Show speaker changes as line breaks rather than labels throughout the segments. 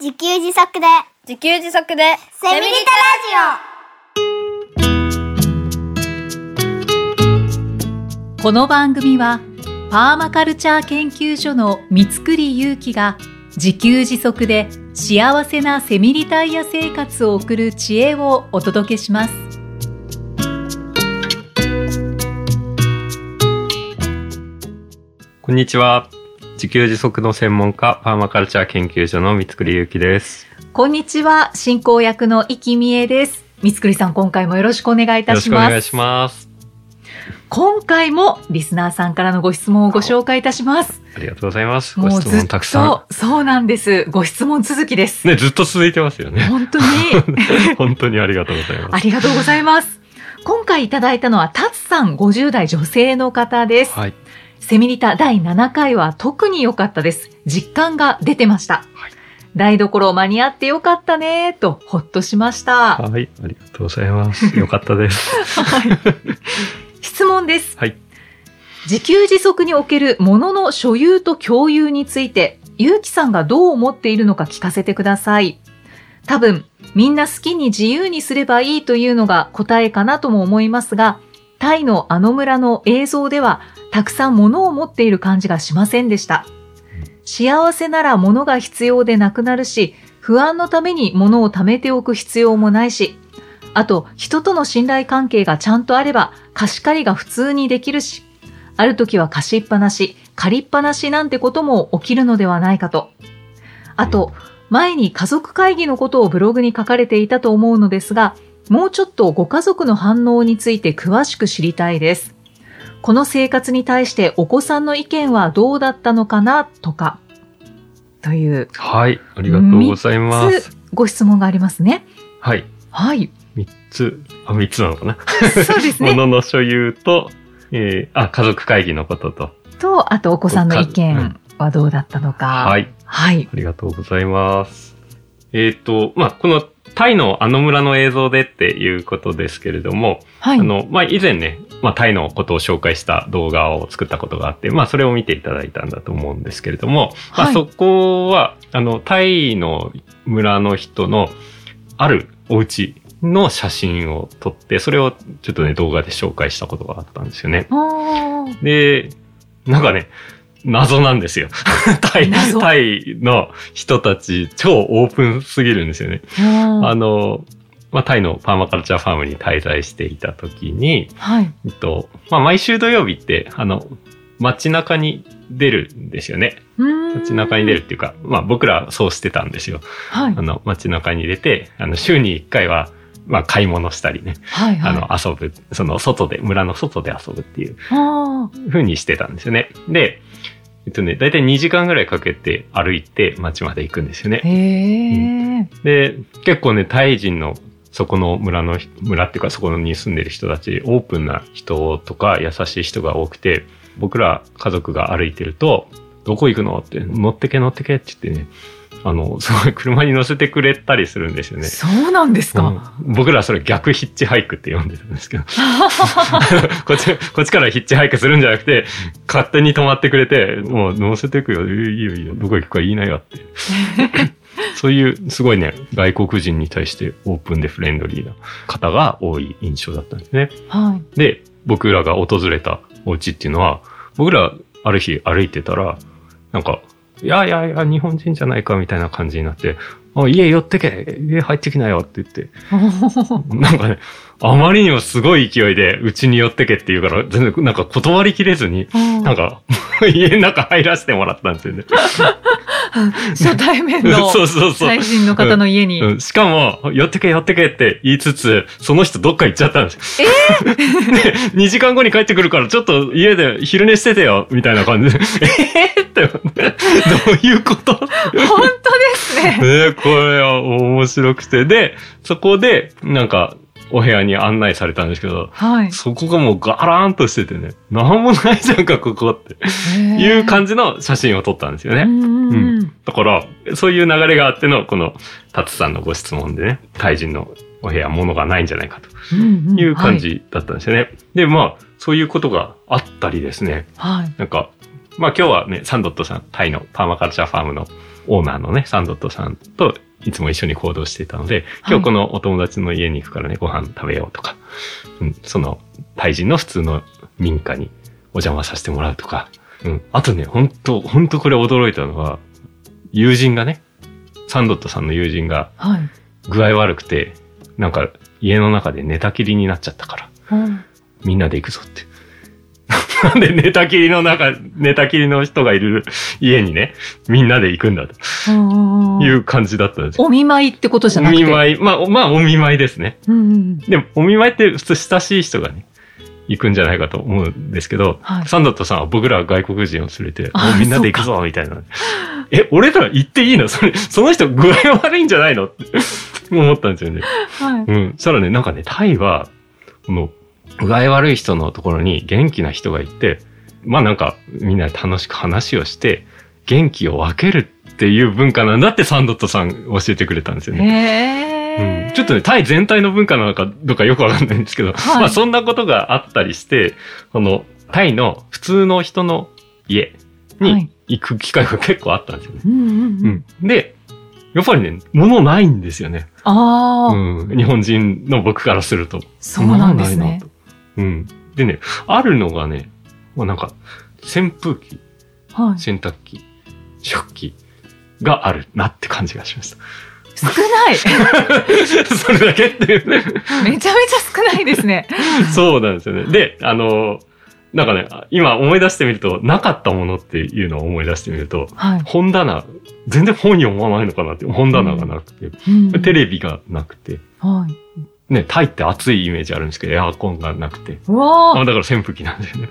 自給自足で
自給自足で
セミリタ
この番組はパーマカルチャー研究所の三つくりゆうきが自給自足で幸せなセミリタイヤ生活を送る知恵をお届けします
こんにちは。自給自足の専門家、パーマカルチャー研究所の三つりゆうきです。
こんにちは進行役の生きみえです三つくりさん今回もよろしくお願いい
よ
た
ろ
し
しくお
ます
願いします。
今回もリスナーさんからのご質問をご紹介いたします
ありがとうございます。ご
もう
質
ずっ
問たくさ
とそうなんですご質問続きです、
ん。ね、ずっと続いてます よね。
本当に
本当にありがとうござい
あ
ます。
りがとうございます今回いただいたのはタツさん50代女性の方です
はい。
セミリタ第7回は特に良かったです。実感が出てました。
はい
台所間に合って良かったねとほっとしました。
はい。ありがとうございます。よかっ たです。
質問です。
はい
自給自足における物の所有と共有について、ゆうきさんがどう思っているのか聞かせてください。多分、みんな好きに自由にすればいいというのが答えかなとも思いますが、タイのあの村の映像では、たくさん物を持っている感じがしませんでした。幸せなら物が必要でなくなるし、不安のために物を貯めておく必要もないし、あと、人との信頼関係がちゃんとあれば、貸し借りが普通にできるし、ある時は貸しっぱなし、借りっぱなしなんてことも起きるのではないかと。あと、前に家族会議のことをブログに書かれていたと思うのですが、もうちょっとご家族の反応について詳しく知りたいです。この生活に対してお子さんの意見はどうだったのかなとか、という
はい。ありがとうございます。
ご質問がありますね。
はい。
はい。
三つ、あ、三つなのかな。
そうです ね。
物の所有と、えー、あ、家族会議のことと。
と、あとお子さんの意
う
見
ん
はどうだったのか。
はい。
はい。
ありがとうございます。えっ、と、まあ、このタイのあの村の映像でっていうことですけれども、
はい。
あの、まあ、以前ね、まあ、タイのことを紹介した動画を作ったことがあって、まあ、それを見ていただいたんだと思うんですけれども、まあ
はい
そこは、あの、タイの村の人のあるお家の写真を撮って、それをちょっとね、動画で紹介したことがあったんですよね。
おー
で、なんかね、謎なんで すよ。 タイ、
謎
タイの人たち、超オープンすぎるんですよね。あの、まあ、タイのパーマカルチャーファームに滞在していた時に、
はい。
えっと、まあ、毎週土曜日って、あの、街中に出るんですよね。街
街
中に出る。っていうか、まあ、僕らそうしてたんですよ。
はい
あ。の、街中に出て、あの、週に1回は、まあ、買い物したりね、
はい。はい。
あの、遊ぶ、その、外で、村の外で遊ぶっていう
あー
ふうにしてたんですよね。で、えっとね、だいたい2時間ぐらいかけて歩いて町まで行くんですよね。
へえ。
で、結構ね、タイ人のそこの村の人、村っていうかそこに住んでる人たち、オープンな人とか優しい人が多くて、僕ら家族が歩いてると、どこ行くのって、乗ってけ乗ってけって言ってね、あの、すごい車に乗せてくれたりするんですよね。
そうなんですか。
うん僕らそれ逆ヒッチハイクって呼んでるんです けど。こっち、こっちからヒッチハイクするんじゃなくて、勝手に止まってくれて、もう乗せてくよ、いいよいいよ、どこ行くか言いなよって。 そういう、すごいね、外国人に対してオープンでフレンドリーな方が多い印象だったんですね。
はい。
で、僕らが訪れたお家っていうのは、僕らある日歩いてたら、なんか、いやいやいや、日本人じゃないかみたいな感じになって、あ家寄ってけ家入ってきなよって言って、
おー
なんかね、あまりにもすごい勢いで、うちに寄ってけって言うから、全然なんか断りきれずに、なんか、 家の中入らせてもらったんですよね。
初対面の
そうそうそう
最。人の方の家に。
うんしかも、寄ってけ寄ってけって言いつつ、その人どっか行っちゃったんですよ。え 2時間後に帰ってくるから、ちょっと家で昼寝しててよ、みたいな感じで。えーって、どういうこと
本当ですね。
ねこれは面白くて。で、そこで、なんか、お部屋に案内されたんですけど、
はい。
そこがもうガラーンとしててね、なんもないじゃんか、ここって。 いう感じの写真を撮ったんですよ
じ
ね。
うんうんうん。
だから、そういう流れがあっての、この、タツさんのご質問でね、タイ人のお部屋、物がないんじゃないかと
うんうん
いう感。じだったんですよね。で、まあ、そういうことがあったりですね、
はい。
なんか、まあ今日はね、サンドットさん、タイのパーマカルチャーファームのオーナーのね、サンドットさんといつも一緒に行動していたので、今日このお友達の家に行くからね、ご飯食べようとか、うん、その、タイ人の普通の民家にお邪魔させてもらうとか、うん。あとね、本当本当これ驚いたのは、友人がね、サンドットさんの友人が
はい。
具合悪くて、なんか家の中で寝たきりになっちゃったから、
うん
みんなで行くぞって。 なんで寝たきりの中、寝たきりの人がいる家にね、みんなで行くんだと
うんうんうん
いう感じだったんですよ。
お見舞いってことじ
お
ゃなくて。
見舞い、まあ、まあ、お見舞いですね。
うんうん
でも、お見舞いって普通親しい人がね、行くんじゃないかと思うんですけど、
はい
サンドットさんは僕ら外国人を連れて、も
あ
うみんなで行くぞ、みたいな。え、俺ら行っていいのそれ、その人具合悪いんじゃないのって思ったんですよね。
はい。
うん。そしたらね、なんかね、タイは、この、具合悪い人のところに元気な人がいて、まあなんか、みんなで楽しく話をして、元気を分けるっていう文化なんだってサンドットさん教えてくれたんですよね。
へ
う
え。
んちょっとね、タイ全体の文化なのかどうかよくわかんないんですけど、
はい
まあそんなことがあったりして、この、タイの普通の人の家
はい
に行く機会が結構あったんですよね。
うんうんうん。
うん。で、やっぱりね、物ないんですよね。
ああ、
うん、日本人の僕からすると。
そうなんです
物ない
ね
な。と。うん。でね、あるのがね、まあ、なんか、扇風機、
はい。
洗濯機、食器があるなって感じがしました。
少 ない。
それだけっていうね。
めちゃめちゃ少ないですね。
そうなんですよね。で、あの、なんかね、今思い出してみると、なかったものっていうのを思い出してみると、
はい。
本棚、全然本読まないのかなって、本棚がなくて、
うん
テレビがなくて、
はい。
ね、タイって暑いイメージあるんですけど、エアコンがなくて、
うわ
あ、
ー
だから扇風機なんだよね。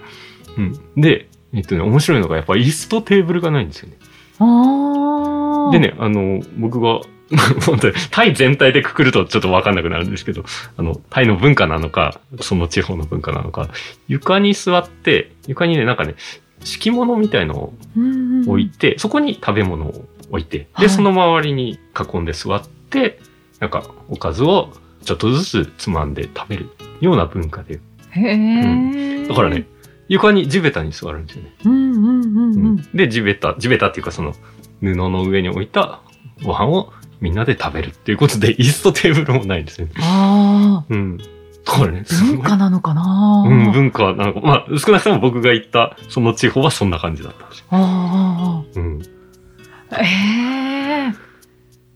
うん。で、えっとね、面白いのが、やっぱ椅子とテーブルがないんですよね。
あー。
でね、あの、僕が、 本当に、タイ全体でくくるとちょっとわかんなくなるんですけど、あの、タイの文化なのか、その地方の文化なのか、床に座って、床にね、なんかね、敷物みたいのを
うんうんうん、
置いて、そこに食べ物を置いて、
は
で、
い
その周りに囲んで座って、なんか、おかずをちょっとずつつまんで食べるような文化で。
へえ。
だからね、床に地べたに座るんですよね。
うんうんうんうん。
で、地べた、地べたっていうかその、布の上に置いたご飯をみんなで食べるっていうことで、椅子とテーブルもないんですね。
あ
うん。これね、
あ、
すごい
文化なのかな
うん、文化なのか。まあ、少なくとも僕が行った、その地方はそんな感じだったんですよ。
あ
うん。
ーあーあー、ええ。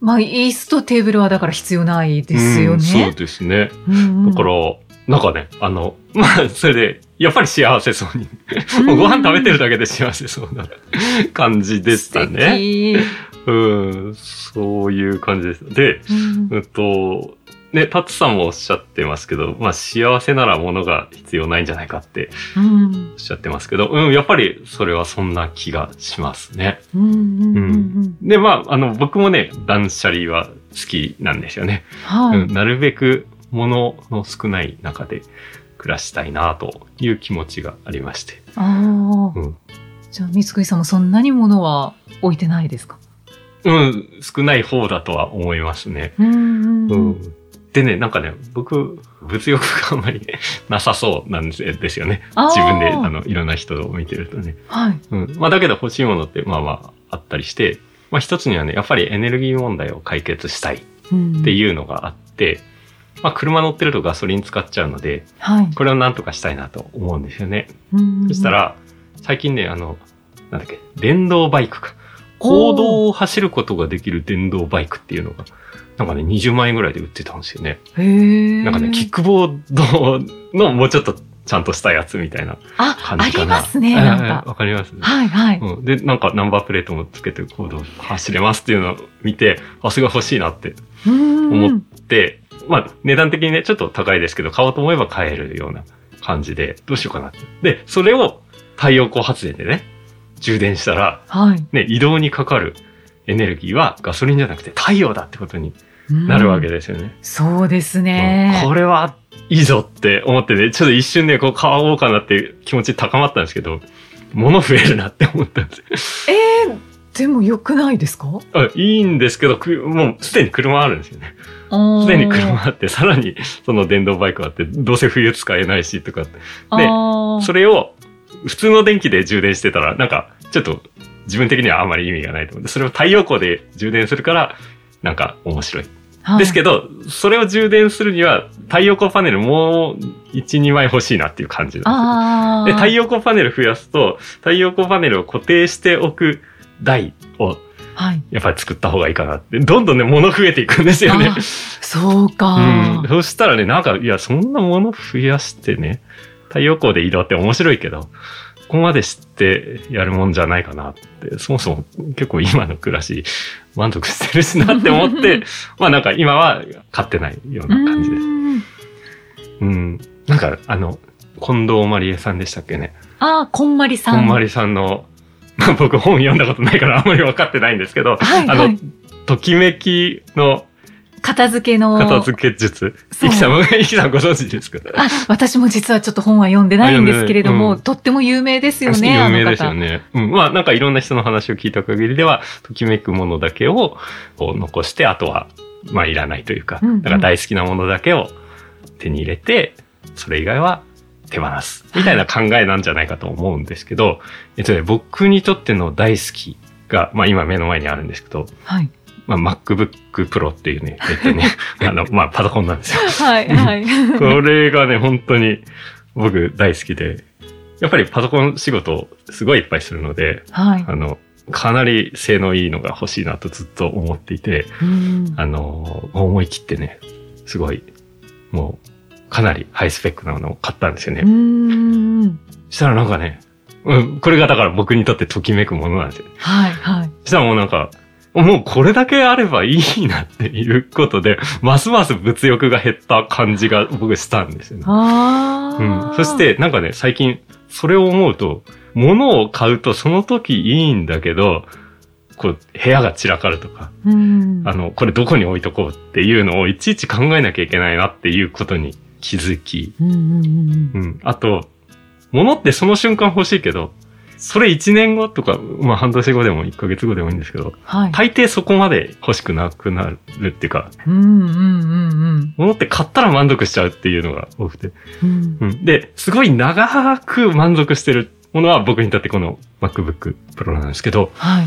まあ、椅子とテーブルはだから必要ないですよ
うんそう
ね。
ですね。
うんうん
だから、なんかね、あの、まあ、それで、やっぱり幸せそうに。もうご飯食べてるだけで幸せそうな感じでした
素
ね。
敵
うん、そういう感じでした。で、
うん
うんと、ね、タツさんもおっしゃってますけど、まあ幸せならものが必要ないんじゃないかって
うん
おっしゃってますけど、うん、やっぱりそれはそんな気がしますね。
うんうんうんうん
で、まあ、あの、僕もね、断捨離は好きなんですよね。
はい。
うん、なるべく物の少ない中で暮らしたいなという気持ちがありまして。
ああ、
うん
じゃあ、三つくりさんもそんなに物は置いてないですか
うん、少ない方だとは思いますね。
うんうんう
う
ん。
ん。でね、なんかね、僕、物欲があんまり なさそうなんですですよね。自分で、あ
あー
の、いろんな人を見てるとね。
はい。
うん。まあ、だけど欲しいものって、まあまあ、あったりして、まあ、一つにはね、やっぱりエネルギー問題を解決したいっ
ってうん。
いうのがあって、まあ、車乗ってるとガソリン使っちゃうので、
はい。
これをなんとかしたいなと思うんですよね。そした、ら、最近ね、あの、なんだっけ、電動バイクか。公道を走ることができる電動バイクっていうのが、なんかね、20万円ぐらいで売ってたんですよね。
へえ。
なんかね、キックボードのもうちょっとちゃんとしたやつみたいな
あ、
感
あ
じか
り
な。
ますね、なん
ええええ
か。
わかります、
はいはい。
うん。で、なんかナンバープレートもつけて行動走れますっていうのを見て、あ、すごい欲しいなって。
うんうん。
で、まあ、値段的にね、ちょっと高いですけど、買おうと思えば買えるような感じで、どうしようかなって。で、それを太陽光発電でね、充電したら、
はい。
ね、移動にかかるエネルギーはガソリンじゃなくて太陽だってことにな
な
るわけ。ですよね。
そうです
うん
ね。
これはいいぞって思ってね、ちょっと一瞬ね、こう買おうかなっていう気持ち高まったんですけど、物増えるなって思ったんですよ。
えーでも良くないですか
あいいんですけど、くもうすでに車あるんですよね。
す
すでに車あって、さらにその電動バイクあって、どうせ冬使えないしとかって。
あー
それを普通の電気で充電してたら、なんか、ちょっと自分的にはあんまり意味がないと思うんで、それを太陽光で充電するから、なんか面白い。
はい
ですけど、それを充電するには、太陽光パネルもう1、2枚欲しいなっていう感じなん
あ
ですよ。
あ。
で、太陽光パネル増やすと、太陽光パネルを固定しておく台を、
はい。
やっぱり作った方がいいかなって。どんどんね、物増えていくんですよね
あ。そうか。
うん。そしたらね、なんか、いや、そんなもの増やしてね、太陽光で移動って面白いけど、ここまで知ってやるもんじゃないかなって、そもそも結構今の暮らし満足してるしなって思 って、まあなんか今は買ってないような感じです。
うん
うん。なんか、あの、近藤まりえさんでしたっけね。
ああ、こんまりさん。
こんまりさんの、まあ僕本読んだことないからあんまり分かってないんですけど、
はい、
あ
は
の
い。、
ときめきの
片付けの。
片付け術。
そう
いきさ ん、いきさんご存知ですか
あ、私も実はちょっと本は読んでないんですけれど
あ
も、
読んでないうん
とっても有名ですよ ね、
有
あの
名
方。
ですよね。うん。まあなんかいろんな人の話を聞いた限りでは、ときめくものだけをこう残して、あとは、まあいらないというか、
うんうん
だから大好きなものだけを手に入れて、それ以外は手放す。みたいな考えなんじゃないかと思うんですけど、えっとね、僕にとっての大好きが、まあ今目の前にあるんですけど、
はい。
まあ MacBook Pro っていうね、えっ とね、あの、まあパソコンなんですよ。
はい、はい。
これがね、本当に僕大好きで、やっぱりパソコン仕事をすごいいっぱいするので、
はい。
あの、かなり性能いいのが欲しいなとずっと思っていて、
うん
あの、思い切ってね、すごい、もう、かなりハイスペックなものを買ったんですよ
う
ね。
ん。
したらなんかね、うん、これがだから僕にとってときめくものなんですよ。
はい、はい。
したらもうなんか、もうこれだけあればいいなっていうことで、ますます物欲が減った感じが僕したんですよね。
ああ、
うん、そし、て、なんかね、最近、それを思うと、物を買うとその時いいんだけど、こう、部屋が散らかるとか、
うん、
あの、これどこに置いとこうっていうのをいちいち考えなきゃいけないなっていうことに気づき、
うんうんうん
うん。あと、物ってその瞬間欲しいけど、それ1年後とか、まあ半年後でも1ヶ月後でもいいんですけど、
はい。
大抵そこまで欲しくなくなるっていうか、
うんうんうん
物って買ったら満足しちゃうっていうのが多くて、
うんうん。
うん。で、すごい長く満足してるものは僕にとってこの MacBook Pro なんですけど、
はい。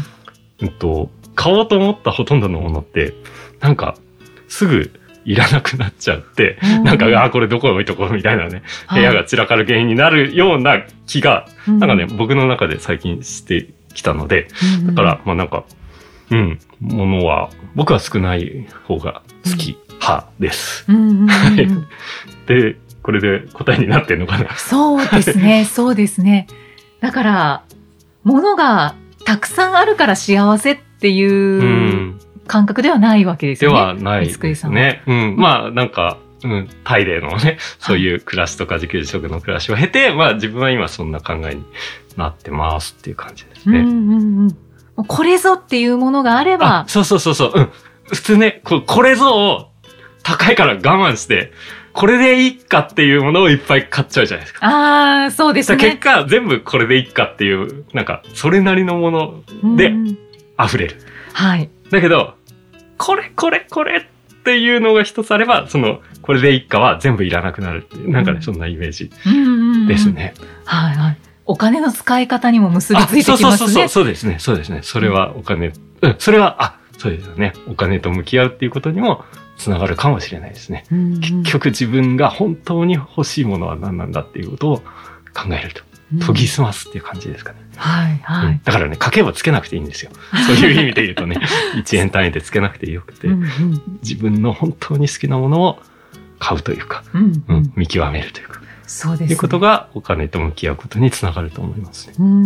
うんと、買おうと思ったほとんどのものって、なんか、すぐいらなくなっちゃって、なんか、あーこれどこへ置いとこうみたいなね、部屋が散らかる原因になるような気が、
うん、
なんかね、
う
僕の中で最近してきたので、
んうん、
だから、まあなんか、うん、ものは、僕は少ない方が好き派です。
うんうんうんうん、
はいで、これで答えになってんのかな
そうです ね、そうですね。だから、物がたくさんあるから幸せって
う。
いうん感覚ではないわけです
で
よね。
はない
三井
で
さ
す
ん
ね。うん。まあ、なんか、うん、タイでのね、そういう暮らしとか自給自足の暮らしを経て、まあ自分は今そんな考えになってますっていう感じです
うん
ね。
うんうん。もうこれぞっていうものがあれ
あ
ば、
そうそうそうそう、うん。普通ね、ここれぞを高いから我慢して、これでいいかっていうものをいっぱい買っちゃうじゃないですか。
ああ、そうで
そ
す
したら結
ね。
果、全部これでいいかっていう、なんか、それなりのもので
うんうん
溢れる。
はい。
だけど、これこれこれっていうのが一つあれば、その、これで一家は全部いらなくなるっていう、なんか
う
ね、
ん
そんなイメージ
うんうんうん
です。ね。
はいはい。お金の使い方にも結び
あ、
ついてき
そう
ます
そ
ね。
うそうそう、そうですね、そうですね。それはお金、うん、それは、あ、そうですよね。お金と向き合うっていうことにもつながるかもしれないですね。
うんうん
結局自分が本当に欲しいものは何なんだっていうことを考えると、研ぎ澄ますっていう感じですかね。
はいは
うん
い。
だからね、家計簿つけなくていいんですよ。そういう意味で言う とね、1円単位でつけなくてよくて
う。んうん
自分の本当に好きなものを買うというか、
うん
う
うんん、
見極めるというか、
そうで
と
す。
いうこと。がお金と向き合うことにつながると思いますね。
うんうん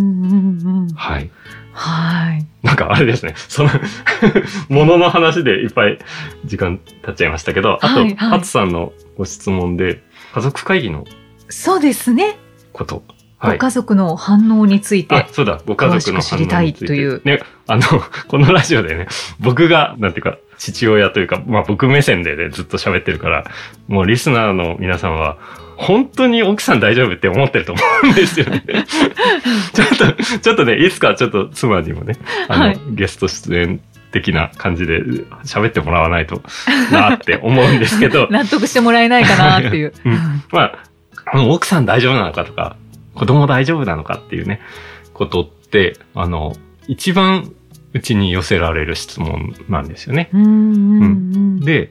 うん。
はい。
はい。
なんかあれですね、その、 ものの話でいっぱい時間経っちゃいましたけど、あ
は
と、
いはい
ハツさんのご質問で、家族会議の
そうですね。
こと。は
ご
い。
家族の反応につい
あ
て、。
そうだ、ご家族の
詳しく知
反
りた
応
い
につい
と
て。
いう
ね、あの、 このラジオでね、僕が、なんていうか、父親というか、まあ僕目線でね、ずっと喋ってるから、もうリスナーの皆さんは、本当に奥さん大丈夫って思ってると思うんですよ ね。ちょっと、ちょっとね、いつかちょっと妻にもね、あの、
はい、
ゲスト出演的な感じで喋ってもらわないとなって思うんですけど
納得してもらえないかなっていう。
うんまあ、あの奥さん大丈夫なのかとか、子供大丈夫なのかっていうね、ことって、あの、一番うちに寄せられる質問なんですよね。
うんうんうん。
で、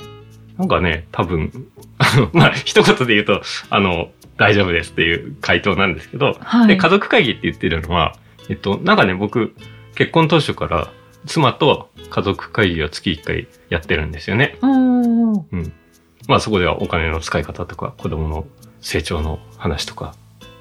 なんかね、多分、 あのまあ、一言で言うと、あの、大丈夫ですっていう回答なんですけど、
はい
で、家族会議って言ってるのは、えっと、なんかね、僕、結婚当初から、妻と家族会議を月1回やってるんですよね。
うんうん
まあそこではお金の使い方とか子供の成長の話とか、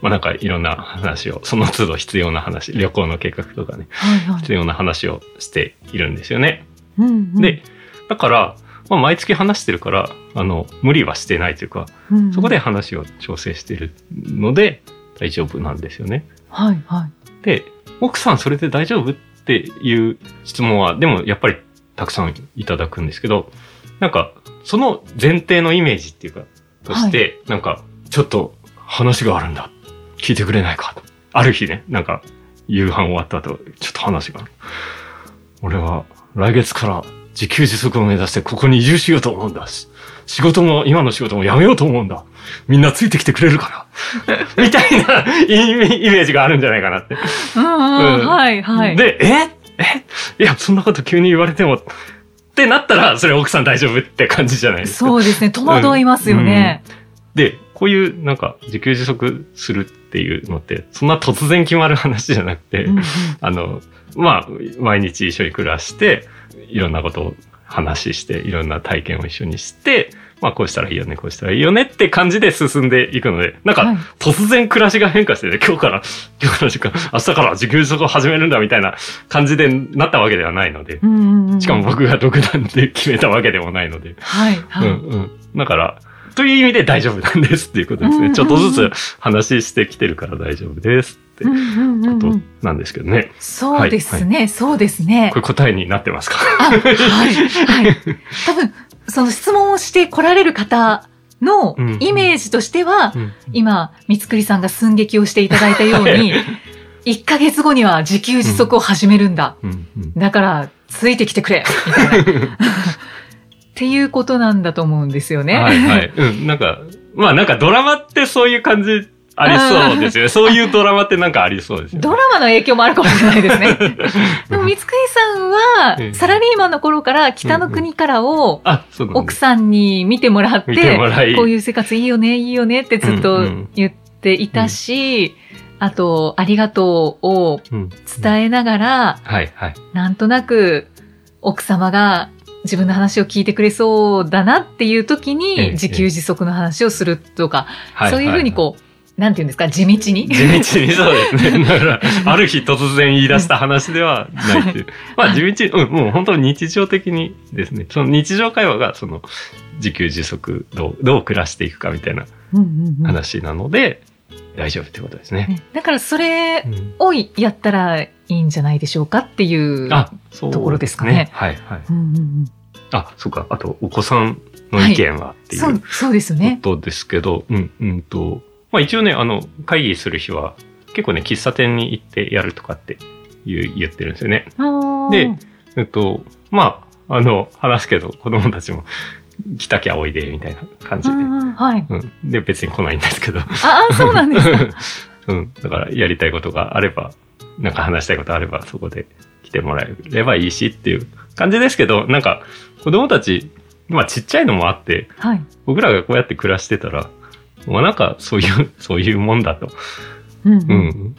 まあなんかいろんな話を、その都度必要な話、旅行の計画とかね、
はいはい
必要な話をしているんですよね。
うんうん
で、だから、まあ毎月話してるから、あの、無理はしてないというか、
うんうん
そこで話を調整してるので大丈夫なんですよね。
はいはい。
で、奥さんそれで大丈夫っていう質問は、でもやっぱりたくさんいただくんですけど、なんか、その前提のイメージっていうか、として、なんか、ちょっと話があるんだ。聞いてくれないか。ある日ね、なんか、夕飯終わった後、ちょっと話がある。俺は来月から自給自足を目指してここに移住しようと思うんだし、仕事も、今の仕事もやめようと思うんだ。みんなついてきてくれるかなみたいなイメイメージがあるんじゃないかなって。
うんうん、
うん
はいはい。
で、ええいや、そんなこと急に言われても、ってなったら、それ奥さん大丈夫って感じじゃないですか。
そうですね、戸惑いますよね。
で、こういう、なんか、自給自足するっていうのって、そんな突然決まる話じゃなくて、
うんうん
あの、まあ、毎日一緒に暮らして、いろんなことを話して、いろんな体験を一緒にして、まあ、こうしたらいいよね、こうしたらいいよねって感じで進んでいくので、なんか、
はい
突然暮らしが変化してね、今日から、今日から時間、明日から自給自足を始めるんだみたいな感じでなったわけではないので、
うんうんうん
しかも。僕が独断で決めたわけでもないので、
はい
うん
はい。
うん。だから、という意味で大丈夫なんですっていうことです
うんうんう
ね。
ん
ちょっとずつ話してきてるから大丈夫ですって
うんうんうんう
こと
ん
なんですけどね。
そうですね、そうですね
こ。れ答えになってますか
あはいはい。多分、その質問をして来られる方の
うんうん
イメージとしては、
うん
今、三つくりさんが寸劇をしていただいたよう に、1ヶ月後には自給自足を始めるんだ。
うんうん
だから、ついてきてくれみたいな。 っていうことなんだと思うんですよね。
はいはい。うん。なんか、まあなんかドラマってそういう感じありそうですよね。そういうドラマってなんかありそうですよね
ド。ラマの影響もあるかもしれないです ね。でも、三つくりさん
ええ
は、サラリーマンの頃から北の国からを
あ、そうなんで
奥
す。
さんに見てもらっ
見て
て
も、らい。
こういう生活いいよね、いいよねってずっ
うん
と
うん
言っていたし、あと、ありがとうを
うん
伝えながら、
はいはい。
なんとなく奥様が自分の話を聞いてくれそうだなっていう時
ええ
に自給自足の話をするとか、
はい
そういうふうにこう、なんていうんですか、地道に。
地道にそうですね。だから、ある日突然言い出した話ではな いっていう。まあ、地道に、うん、もう本当に日常的にですね、その日常会話が、その、自給自足、どう、どう暮らしていくかみたいな
うんうんうん
話なので、大丈夫ってことですね。
ねだからそれ
うん
をやったらいいんじゃないでしょうかっていう。
あ、そう、
ところですかね
はいはい。
うんうんうん
あ、そうか。あと、お子さんの意見はっていう
そう、そうですよね。
ことですけど、うん、うんと、まあ一応ね、あの、会議する日は、結構ね、喫茶店に行ってやるとかって言う言ってるんですよね。
あー
でえっと、まあ、あの、話すけど、子供たちも、来たきゃおいで、みたいな感じ
う
で。
んうんはい。
うん。で、別に来ないんですけど。
ああ、そうなん ですか。
うん。だから、やりたいことがあれば、なんか話したいことあれば、そこで来てもらえればいいしっていう感じですけど、なんか、子供たち、まあ、ちっちゃいのもあって、
はい。
僕らがこうやって暮らしてたら、まあ、なんか、そういう、 そういうもんだと。
うんう。
うんん。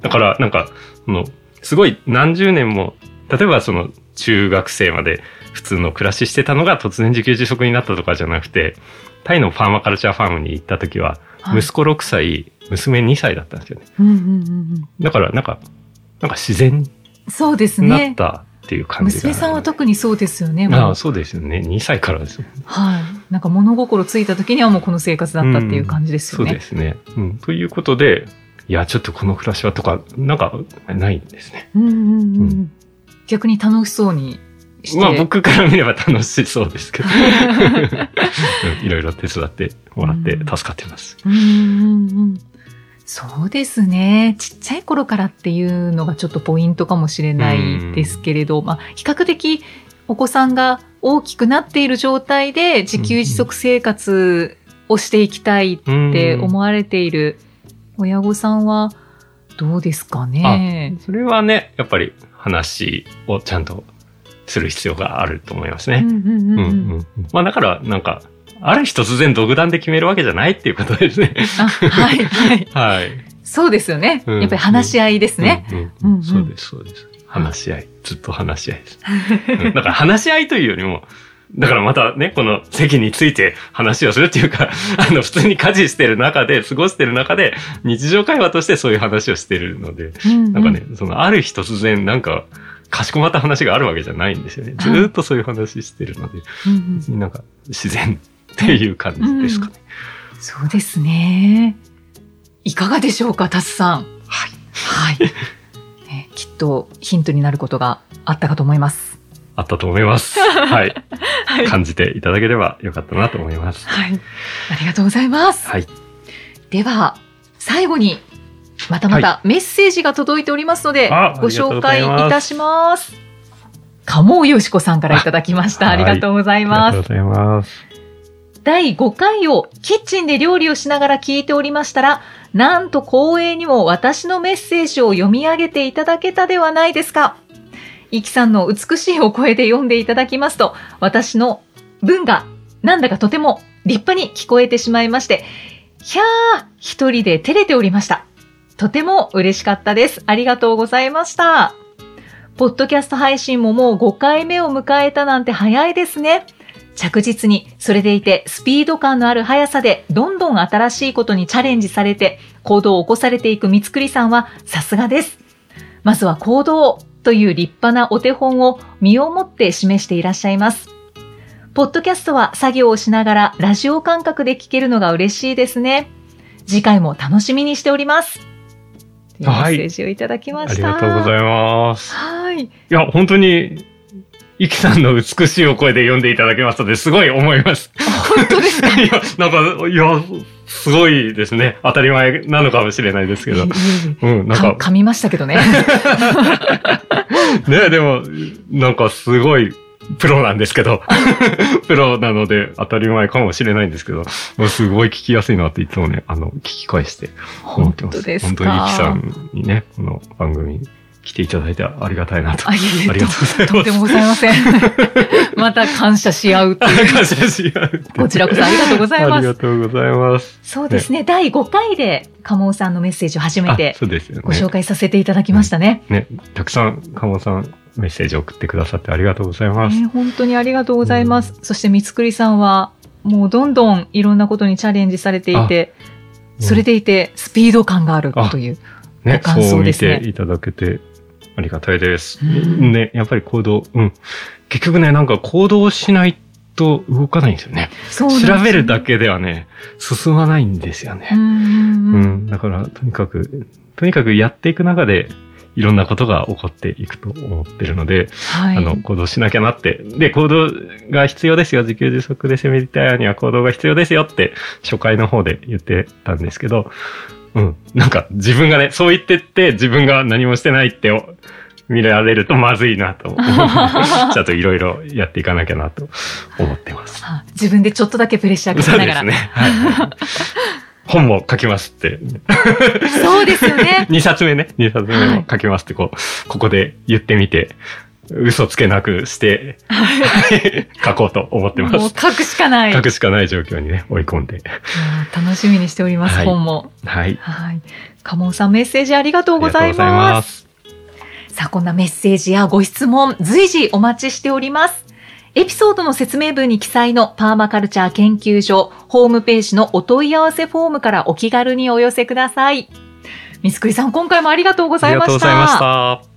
だから、なんか、その、すごい何十年も、例えばその、中学生まで普通の暮らししてたのが突然自給自足になったとかじゃなくて、タイのファーマカルチャーファームに行った時は、
はい
息子6歳、娘2歳だったんですよね。
うんうんうんうん
だから、なんか、なんか自然に
そうです
なっ
ね。
たっていう感じが、
娘さんは特にそうですよね。
あ
も
あ、
う
そうですよね。2歳からですもんね。
はい。なんか物心ついた時にはもうこの生活だったっていう感じですよ
そうで
ね。
すね。うん。ということで、いや、ちょっとこの暮らしはとか、なんか、ないんですね。
うんうんう。
うん
逆に楽しそうにして。
まあ僕から見れば楽しそうですけど。 うんいろいろ手伝ってもらって
うん
助かってます。
うんうんうんそうですね。ちっちゃい頃からっていうのがちょっとポイントかもしれないですけれど、まあ、比較的お子さんが大きくなっている状態で自給自足生活をしていきたいって思われている親御さんはどうですかね。
それはね、やっぱり話をちゃんとする必要があると思います
う
ね。
んうん
う
うんん
う
うん
んうんまあだから、なんか、ある日突然独断で決めるわけじゃないっていうことで すね。
あはいはい
はい。
そうですよね、
うん
やっぱり話し合いですね、
うん
うんう
うんん。そうです、そうです。話し合い。ずっと話し合いです。うんだから話し合いというよりも、だからまたね、この席について話をするっていうか、 あの、普通に家事してる中で、過ごしてる中で、日常会話としてそういう話をしてるので、
うんうん
なんかね、その、ある日突然、なんか、かしこまった話があるわけじゃないんですよね。ずーっとそういう話してるので、
うんうん
別になんか、自然っていう感じですかね。
そうですね。いかがでしょうか、タスさん。
はい。
はい。ねきっとヒントになることがあったかと思います。
あったと思い ます。はい。
はい。
感じていただければよかったなと思います。
はい。ありがとうございます。
はい。
では、最後に、またまたメッセージが届いておりますので、
あ
ご紹介
ありがとうござ
い
います
たします。鴨尾よしこさんからいただきました。あ
あ
りがとうござい
あ
ます
りが。とうございます。
第5回をキッチンで料理をしながら聞いておりましたら、なんと光栄にも私のメッセージを読み上げていただけたではないですか。イキさんの美しいお声で読んでいただきますと、私の文がなんだかとても立派に聞こえてしまいまして、ひゃー一人で照れておりました。とても嬉しかったです。ありがとうございました。ポッドキャスト配信ももう5回目を迎えたなんて早いですね。着実に、それでいてスピード感のある速さで、どんどん新しいことにチャレンジされて、行動を起こされていく三つくりさんはさすがです。まずは行動という立派なお手本を身をもって示していらっしゃいます。ポッドキャストは作業をしながらラジオ感覚で聞けるのが嬉しいですね。次回も楽しみにしております。というメ
はい
ッセージをいただきま
あ
し
り
た。
がとうございます。
はい。
いや、本当に、イキさんの美しいお声で読んでいただけますので、すごい思います。
本当ですか
いや、なんか、いや、すごいですね。当たり前なのかもしれないです けど。うん、なん
か
か、
噛みましたけど ね。
ねでも、なんかすごい、プロなんですけど、 プロなので当たり前かもしれないんですけど、もうすごい聞きやすいなっていつもね、あの、聞き返して思
本
って
当
ます。
ですか。
本当にゆきさんにね、この番組に来ていただいてありがたいなと。
あ、いえいえ、
ありがとうございます
とんでもございませ ん。また感謝し合うっていう。
感謝し合う。
こちらこそありがとうござい
あ
ま
りが
す。
とうございます。
そうですね。第5回で、鴨尾さんのメッセージを初め
あ
て
そうですよね。
ご紹介させていただきましたね。
ね、たくさん、鴨さん、メッセージ送ってくださってありがとうございます。
ね本当にありがとうございます。そして、三つくりさんは、もうどんどんいろんなことにチャレンジされていて、
うん
それでいて、スピード感があるという。
ね、
ご感
そ
想
う
で
見
すね
ていただけてありがたいです。
うん
ね、やっぱり行動、うん。結局ね、なんか行動しないと動かないんですよね。
そうなんですよ
調べるだ。けではね、進まないんですよ
うん
ね。
うん
う
うん
ん、だから、とにかく、とにかくやっていく中で、いろんなことが起こっていくと思ってるので、
はい。
あの、行動しなきゃなって。で、行動が必要ですよ。自給自足で攻めたいには行動が必要ですよって、初回の方で言ってたんですけど、うん。なんか、自分がね、そう言ってって、自分が何もしてないってお見られるとまずいなと 思う。ちょっといろいろやっていかなきゃなと思ってます。
あ自分でちょっとだけプレッシャーか
そ
け
う
な
で
が
す
ら。
ね。はい。本も書きますって。
そうですよ ね。
2冊目ね。2冊目も書きますって、こう、ここで言ってみて、嘘つけなくして、 書こうと思ってま
もう
す。
書くしかない。
書くしかない状況にね、追い込んで。
あー楽しみにしております、
はい
本も。
はい。
はい。カモンさんメッセージありがとうござい
ありがとうござい
ま。
ますす。
さあ、こんなメッセージやご質問、随時お待ちしております。エピソードの説明文に記載のパーマカルチャー研究所ホームページのお問い合わせフォームからお気軽にお寄せください。三つくりさん、今回もありがとうござ
あ
い
り
ま
がとう
し。
ございましたた。